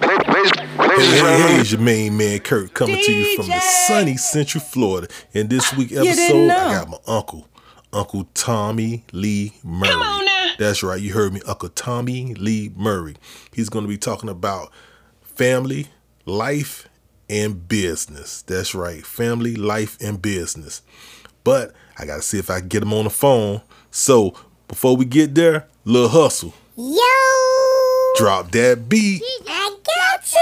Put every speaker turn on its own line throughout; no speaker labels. Ladies, ladies and gentlemen,
Here's your main man Kurt coming to you from the
DJ.
sunny Central Florida. And this week
didn't
episode, I
know.
got my uncle, Uncle Tommy Lee Murray.
on now.
That's right, you heard me, Uncle Tommy Lee Murray. He's going to be talking about family, life, and business. That's right, family, life, and business. But I got to see if I can get him on the phone. So before we get there, little hustle,
Yo,
drop that beat.
I gotcha.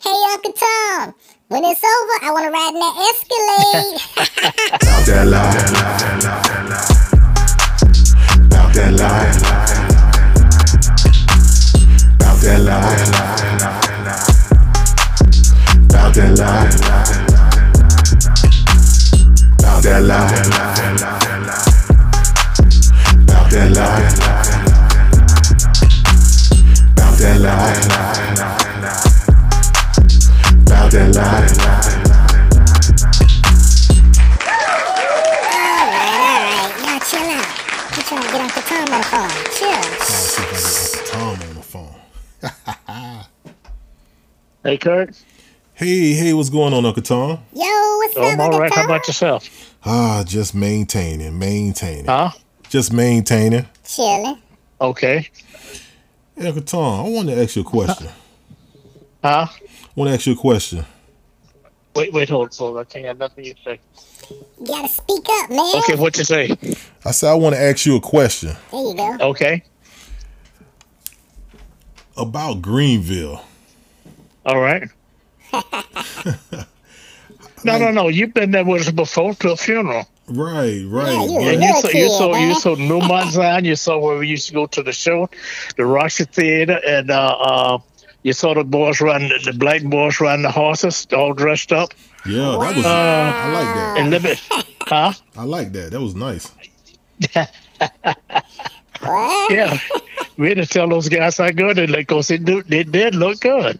Hey, Uncle Tom. When it's over, I want to ride in that Escalade.
Bout that lie. Bout that lie. Bout that lie. Bout that lie. Bout that lie. Bout that lie. Bout that lie. Bout that lie.
all right, all right. Now chill out. I'm trying to get Uncle Tom on the phone. Chill.
See if I can get Uncle Tom on the phone.
Hey, Kurt.
Hey, hey, what's going on, Uncle Tom?
Yo, what's
Oh,
up,
I'm all
Uncle
right. How
Tom?
about yourself?
Ah, just maintaining, maintaining,
Huh?
just maintaining.
Chilling.
Okay.
Hey, Uncle Tom, I want to ask you a question.
Huh?
I want to ask you a question.
Wait, wait, hold, hold. I can't have nothing you say.
You gotta speak up, man.
Okay, what you say?
I said I want to ask you a question
There you go.
Okay.
about Greenville.
All right. no, no, no. You've been there with us before to a funeral.
Right, right.
Yeah, uh-huh. you
right.
a
And you
Look
saw, you
here,
saw, you
man.
saw New Manzan. You saw where we used to go to the show, the Roxy Theater, and uh, uh, you saw the boys run, the black boys run the horses, all dressed up,
Yeah, that was. I like that.
and living. huh?
I like that. That was nice.
What?
uh, Yeah, we had to tell those guys how good they look because they, do, they did look good.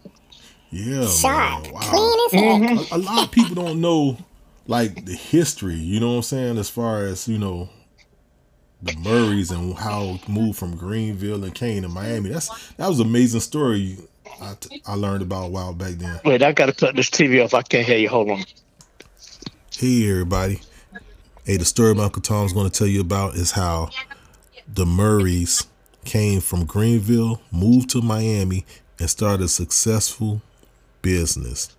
Yeah,
Sharp.
man. Wow.
Clean as heck.
Mm-hmm.
A, a lot of people don't know like the history. You know what I'm saying? As far as you know, the Murrays and how it moved from Greenville and Kane to Miami. That's that was an amazing story. I, t- I learned about a while back then.
Wait, I gotta cut this TV off. I can't hear you. Hold on.
Hey everybody. Hey, the story my Uncle Tom's going to tell you about is how the Murrays came from Greenville, moved to Miami, and started a successful business,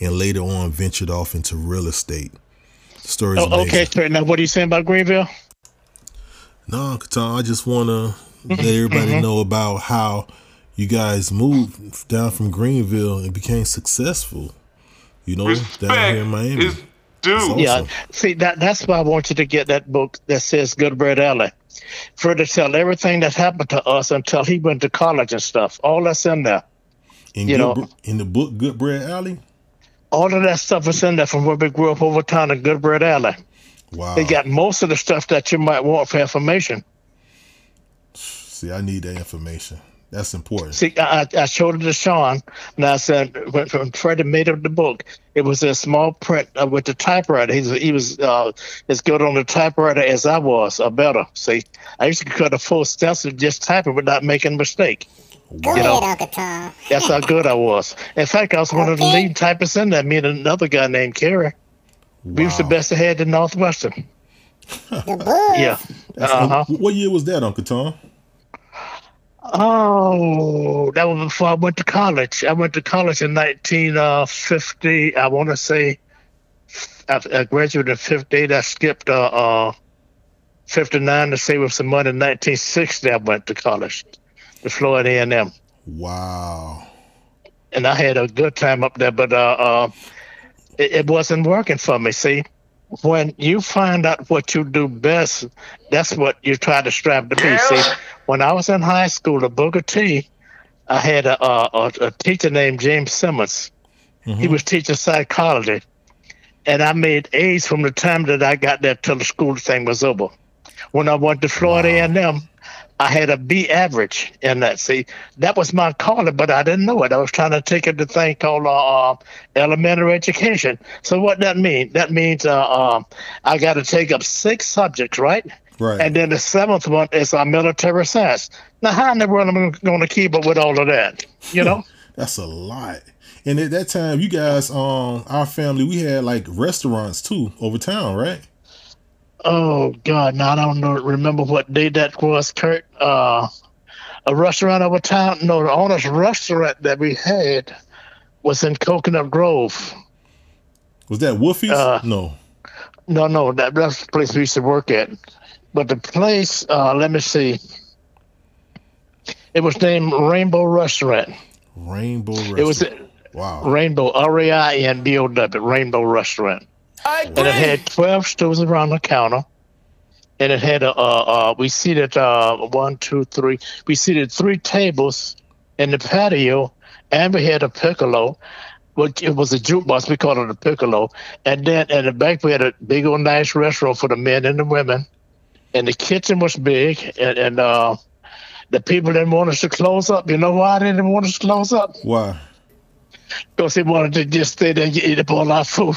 and later on ventured off into real estate. The story's
Oh,
amazing.
okay, Trent, now what are you saying about Greenville?
No, Uncle Tom, I just want to
Mm-hmm.
let everybody know about how you guys moved down from Greenville and became successful. You know, down
respect
here in Miami.
is due.
It's
Yeah,
awesome.
see that that's why I want you to get that book that says Good Bird Alley. For to tell everything that happened to us until he went to college and stuff. All that's in there.
In,
you
Good
know-
Br- in the book Good Bread Alley.
All of that stuff is in there from where we grew up over town in Good Bird Alley.
Wow.
They got most of the stuff that you might want for information.
See, I need that information. That's important.
See, I, I I showed it to Sean, and I said, when, when Freddie made up the book, it was a small print uh, with the typewriter. He was, he was uh, as good on the typewriter as I was, or better. See, I used to cut a full stencil just typing without making a mistake.
Go
You know.
ahead, Uncle Tom.
That's how good I was. In fact, I was one of the
Okay.
lead typists in there, me and another guy named Kerry. We was the
Wow.
best ahead in Northwestern.
The bull.
Yeah.
That's-
Uh-huh.
What year was that, Uncle Tom?
Oh, that was before I went to college. I went to college in 1950. I want to say I, I graduated in 58. I skipped uh, uh, 59 to save up some money. In 1960, I went to college, to Florida A&M,
Wow.
and I had a good time up there. But uh, uh, it, it wasn't working for me. See, when you find out what you do best, that's what you try to strive to be. See, when I was in high school at Booker T, I had a, a, a, a teacher named James Simmons. He was teaching psychology, and I made A's from the time that I got there till the school thing was over. When I went to Florida A&M, I had a B average in that. See, that was my calling, but I didn't know it. I was trying to take up the thing called uh, uh, elementary education. So what that mean? That means uh, um, I got to take up six subjects, right?
Right.
And then the seventh one is our military science. Now, how in the world am I going to keep up with all of that? You know?
That's a lot. And at that time, you guys, um, our family, we had like restaurants too over town, right?
Oh God, now I don't know, remember what day that was, Kurt. Uh, a restaurant over town. No, the owner's restaurant that we had was in Coconut Grove.
Was that Woofie's?
Uh,
no.
No, no, that, that's the place we used to work at. But the place, uh, let me see. It was named Rainbow Restaurant.
Rainbow Restaurant.
It was
wow.
Rainbow R A I N B O W Rainbow Restaurant. And it had twelve stools around the counter, and it had a uh, uh, we seated uh, one, two, three. We seated three tables in the patio, and we had a piccolo, which it was a jukebox. We called it a piccolo, and then in the back we had a big old nice restaurant for the men and the women, and the kitchen was big, and, and uh, the people didn't want us to close up. You know why they didn't want us to close up?
Why?
Because they wanted to just stay there and eat up all our food.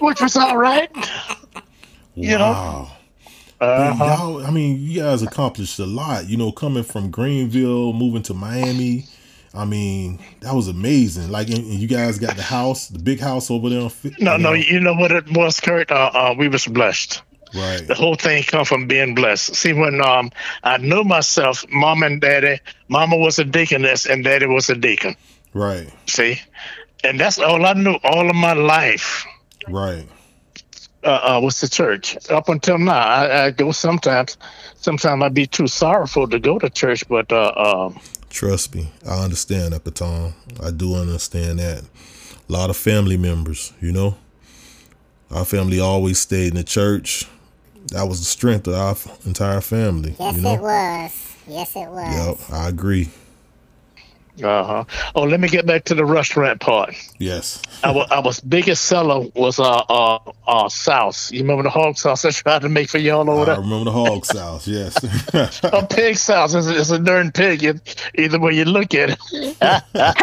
Which was all right. You know?
Wow.
Uh-huh.
Man, y'all, I mean, you guys accomplished a lot. You know, coming from Greenville, moving to Miami. I mean, that was amazing. Like, and, and you guys got the house, the big house over there. On, Fi-
No, no,
you
you know what it was, Kurt? Uh, uh, we was blessed.
know, right.
The whole thing come from being blessed. See, when um, I knew myself, mom and daddy, mama was a deaconess and daddy was a deacon.
Right.
See? And that's all I knew all of my life.
Right.
uh, uh, was the church. Up until now, I, I go sometimes. Sometimes I'd be too sorrowful to go to church, but uh, um,
Trust me, I understand, Uncle Tom. I do understand that. A lot of family members, you know. Our family always stayed in the church. That was the strength of our f- entire family,
Yes,
you know.
it was. Yes, it was.
Yep, I agree.
uh-huh. oh, let me get back to the restaurant part.
Yes.
Our, our biggest seller was uh, uh, uh, sauce. You remember the hog sauce I tried to make for y'all over
I
there?
remember the hog sauce, yes.
A pig sauce. It's, it's a darn pig, it, either way you look at it.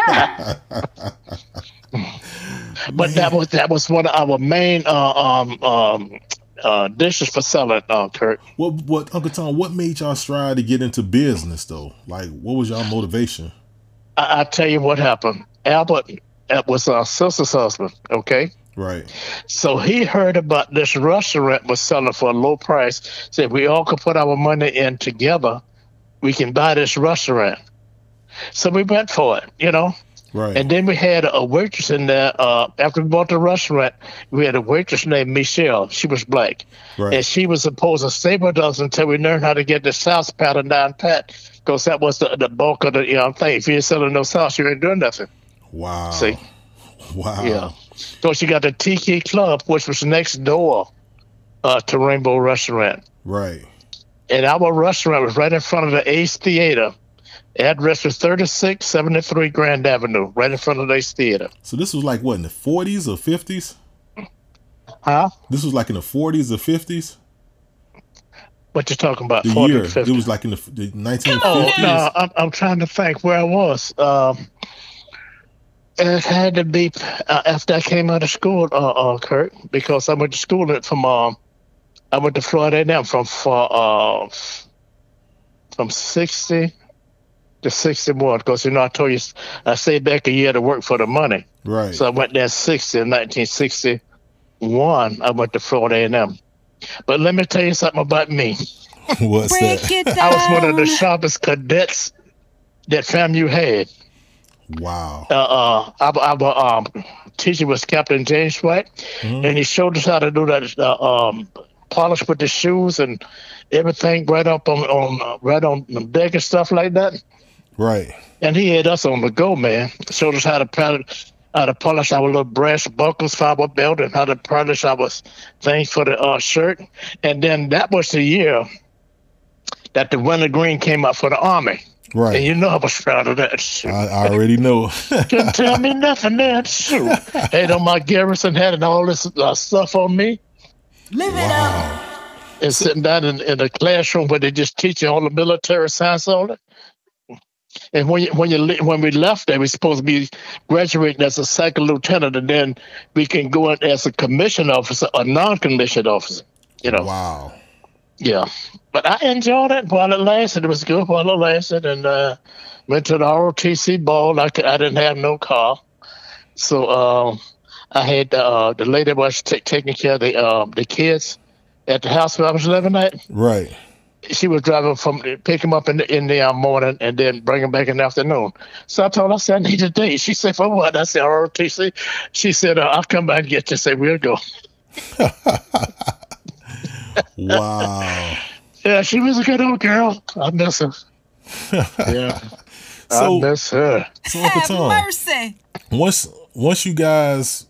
but that was that was one of our main uh, um, um, uh, dishes for selling, uh, Kurt.
what what Uncle Tom, what made y'all strive to get into business though? Like what was y'all motivation?
I, I tell you what happened. Albert uh, was our sister's husband, okay?
Right.
So he heard about this restaurant was selling for a low price. Said we all could put our money in together, we can buy this restaurant. So we went for it, you know.
Right.
And then we had a waitress in there. Uh, after we bought the restaurant, we had a waitress named Michelle. She was black.
Right.
And she was supposed to stay with us until we learned how to get the sauce pattern down pat. Because that was the, the bulk of the you know, thing. If you ain't selling no sauce, you ain't doing nothing.
wow.
See?
Wow.
Yeah. Because Uh-huh. you got the Tiki Club, which was next door uh, to Rainbow Restaurant.
Right.
And our restaurant was right in front of the Ace Theater. Address was 3673 Grand Avenue, right in front of the Ace Theater.
So this was like what in the forties or fifties?
Huh?
This was like in the forties or fifties?
What you talking about?
the
40,
year.
50?
It was like in the, f- the 1950s.
Oh no, I'm, I'm trying to think where I was. Um, it had to be uh, after I came out of school, uh, uh, Kurt, because I went to school at- from um, I went to Florida A&M from for, uh, f- from sixty to sixty one. Because you know I told you s- I stayed back a year to work for the money,
Right.
so I went there sixty in nineteen sixty one. I went to Florida A and M. But let me tell you something about me.
What's
Break
that?
it
I was one of the
down.
sharpest cadets that FAMU had.
Wow.
Uh, uh, our, our um, teacher was Captain James White, and he showed us how to do that uh, um, polish with the shoes and everything right up on, on uh, right on the deck and stuff like that.
Right.
And he had us on the go, man. Showed us how to polish, how to polish our little brass buckles for our belt and how to polish our things for the uh, shirt. And then that was the year that the winter green came up for the army. And
Right.
you know I was proud of that.
I, I already know.
Couldn't tell me nothing then. Shoot. Had on my garrison hat and all this uh, stuff on me.
Live it up.
And sitting down in, in a classroom where they just teach you all the military science on it. And when you, when you le- when we left there, we supposed to be graduating as a second lieutenant, and then we can go in as a commissioned officer or non-commissioned officer. You know,
wow.
Yeah, but I enjoyed it while it lasted. It was good while it lasted, and uh, went to the ROTC ball. I, c- I didn't have no car, so uh, I had uh, the lady was t- taking care of the uh, the kids at the house where I was living at.
Right.
She was driving from pick him up in the in the uh, morning and then bring him back in the afternoon. So I told her I said I need a date. She said for what? I said ROTC. She said uh, I'll come back and get you. I said we'll go.
Wow.
Yeah, she was a good old girl. I miss her. yeah. I
so,
miss her.
so Uncle
Have
Tom,
mercy.
once once you guys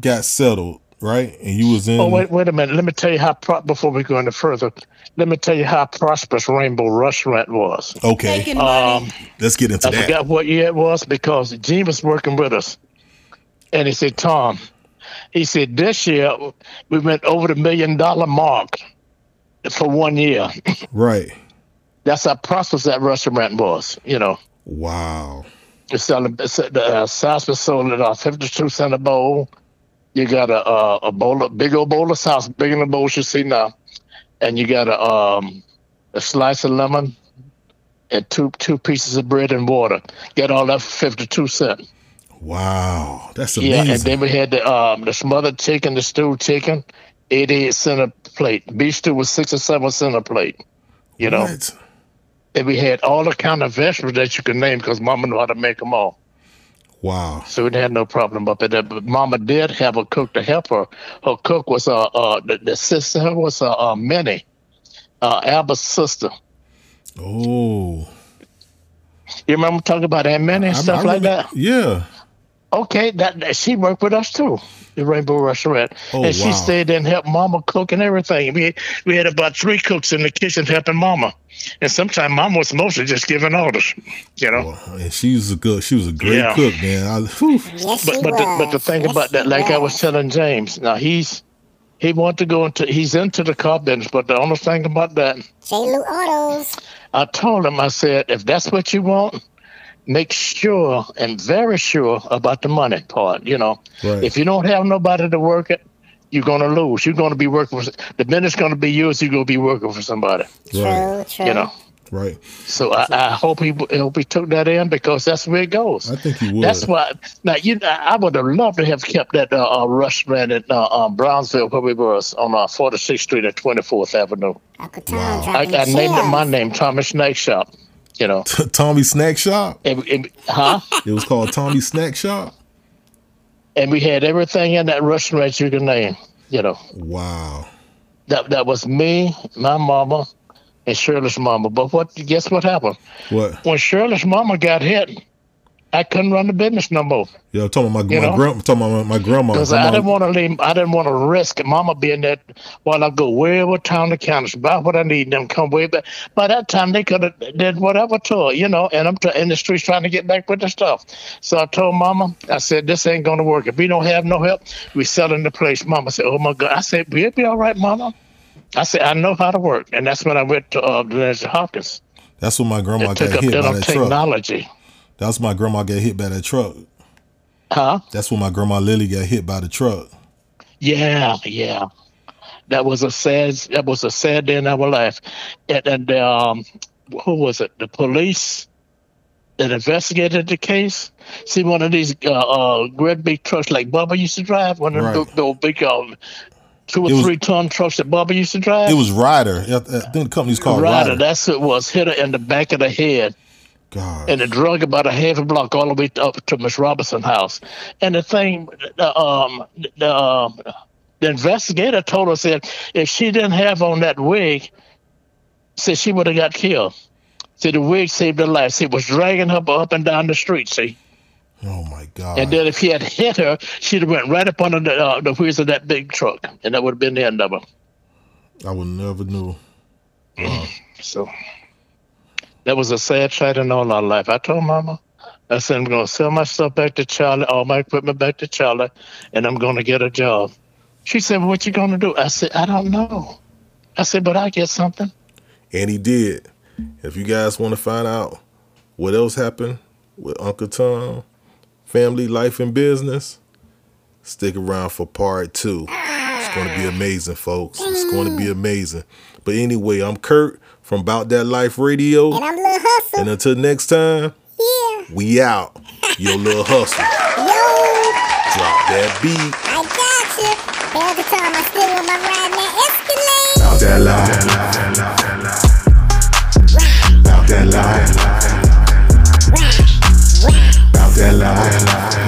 got settled, right, and you was in.
Oh wait, wait a minute. Let me tell you how pro- before we go any further. Let me tell you how prosperous Rainbow Restaurant was.
okay,
Making money.
let's get into
Um, I
that.
forgot what year it was because Gene was working with us, and he said, "Tom," he said, "this year we went over the million dollar mark for one year.
Right.
That's how prosperous that restaurant was. You know,
Wow.
it's selling it's, the uh, sauce was sold at uh, fifty two cent a bowl. You got a uh, a bowl, of big old bowl of sauce, bigger than the bowls you see now, and you got a um a slice of lemon and two two pieces of bread and water. Get all that for fifty two cent.
Wow. That's
Yeah,
amazing.
and then we had the um the smothered chicken, the stewed chicken, eighty eight cent a plate. Beef stew was six or seven cent a plate. You know,
What?
and we had all the kind of vegetables that you could name because Mama knew how to make them all.
Wow.
So we had no problem up there. But Mama did have a cook to help her. Her cook was uh, uh the, the sister was uh, uh Minnie, uh Albert's sister.
Oh.
You remember talking about Aunt Minnie and
I-
stuff
I
like
remember-
that?
Yeah.
Okay, that, that- she worked with us too, the Rainbow Restaurant,
Oh,
and she
wow.
stayed and helped Mama cook and everything. We we had about three cooks in the kitchen helping Mama, and sometimes Mama was mostly just giving orders, you know.
Wow. And she was a good. She was a great
Yeah.
cook, man. I, whew.
Yes,
But
he
but the,
was.
but the thing
Yes,
about that,
he
like I was
was.
telling James, now he's he wanted to go into he's into the car business, but the only thing about that,
J. Lou Autos.
I told him, I said, if that's what you want, make sure and very sure about the money part. You know,
Right.
if you don't have nobody to work it, you're gonna lose. You're gonna be working for the business. Gonna be yours. You're gonna be working for somebody.
Right.
True, true.
You know.
Right.
So I, I hope he I hope he took that in because that's where it goes.
I think you would.
That's why. Now you, know, I would have loved to have kept that uh, uh, restaurant at uh, uh, Brownsville where we were on uh, 46th Street and 24th Avenue.
Uncle Tom
Wow.
I, I
dropping
named it my
chills.
name, Thomas Snake Shop. You know,
Tommy Snack Shop.
and, and- huh?
It was called Tommy Snack Shop.
and we had everything in that restaurant you can name. You know,
Wow.
that that was me, my mama, and Shirley's mama. But what? Guess what happened?
What?
When Shirley's mama got hit, I couldn't run the business no more.
Yeah, I'm talking about my,
You
my,
know?
grand, I'm talking about my, my grandma.
Because I
Grandma-
didn't want to leave. I didn't want to risk Mama being there while I go wherever town the counters, buy what I need, and then come way back. By that time, they could have did whatever to her, you know. And I'm try in the streets trying to get back with the stuff. So I told Mama, I said, "This ain't gonna work. If we don't have no help, we selling the place." Mama said, "Oh my God!" I said, "We'll be all right, Mama." I said, "I know how to work," and that's when I went to uh, Lindsay Hopkins.
That's when my grandma
and took
Oh, got
up
hit by
dental
that truck.
technology,
That's my grandma got hit by that truck.
huh?
That's when my grandma Lily got hit by the truck.
Yeah, yeah. That was a sad. That was a sad day in our life. And, and um, who was it? The police that investigated the case. See, one of these uh, uh great big trucks like Bubba used to drive. One of
Right.
those those big um, two or
It was-
three ton trucks that Bubba used to drive.
It was Ryder. I I think the company's called
Ryder,
Ryder.
that's who it was. Hit her in the back of the head
God.
and it drug about a half a block all the way up to Miss Robinson's house. And the thing, the, um, the, um, the investigator told us that if she didn't have on that wig, said she would have got killed. See, the wig saved her life. See, it was dragging her up and down the street. See,
oh my God.
and then if he had hit her, she'd have went right up under the, uh, the wheels of that big truck, and that would have been the end of her.
I would never knew.
So that was a sad sight in all our life. I told Mama, I said, I'm going to sell my stuff back to Charlie, all my equipment back to Charlie, and I'm going to get a job. She said, well, What you going to do? I said, I don't know. I said, But I get something.
And he did. If you guys want to find out what else happened with Uncle Tom, family, life, and business, stick around for part two. It's It's going to be amazing, folks. It's going to be amazing. But anyway, I'm Kurt from About That Life Radio.
And I'm Lil Hustle.
And until next time,
Yeah.
we out. Your little hustle.
Yo.
Drop that beat.
I got you. All the time I still on my ride now. Escalade.
Bout that lie. Bout that lie. Bout that lie.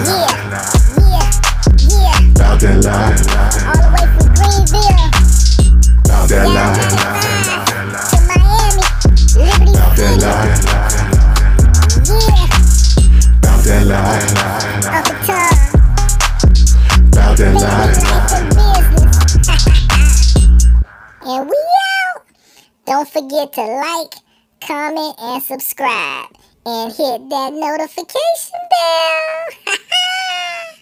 Yeah. Yeah. Yeah.
Bout that lie.
All the way from Greenville
Bout that
down
lie.
95 to Miami, Liberty
That
City.
lie.
Yeah.
Bout that lie.
Uncle Tom.
Bout that
Baby,
lie.
life and business. and we out. Don't forget to like, comment, and subscribe. And hit that notification bell.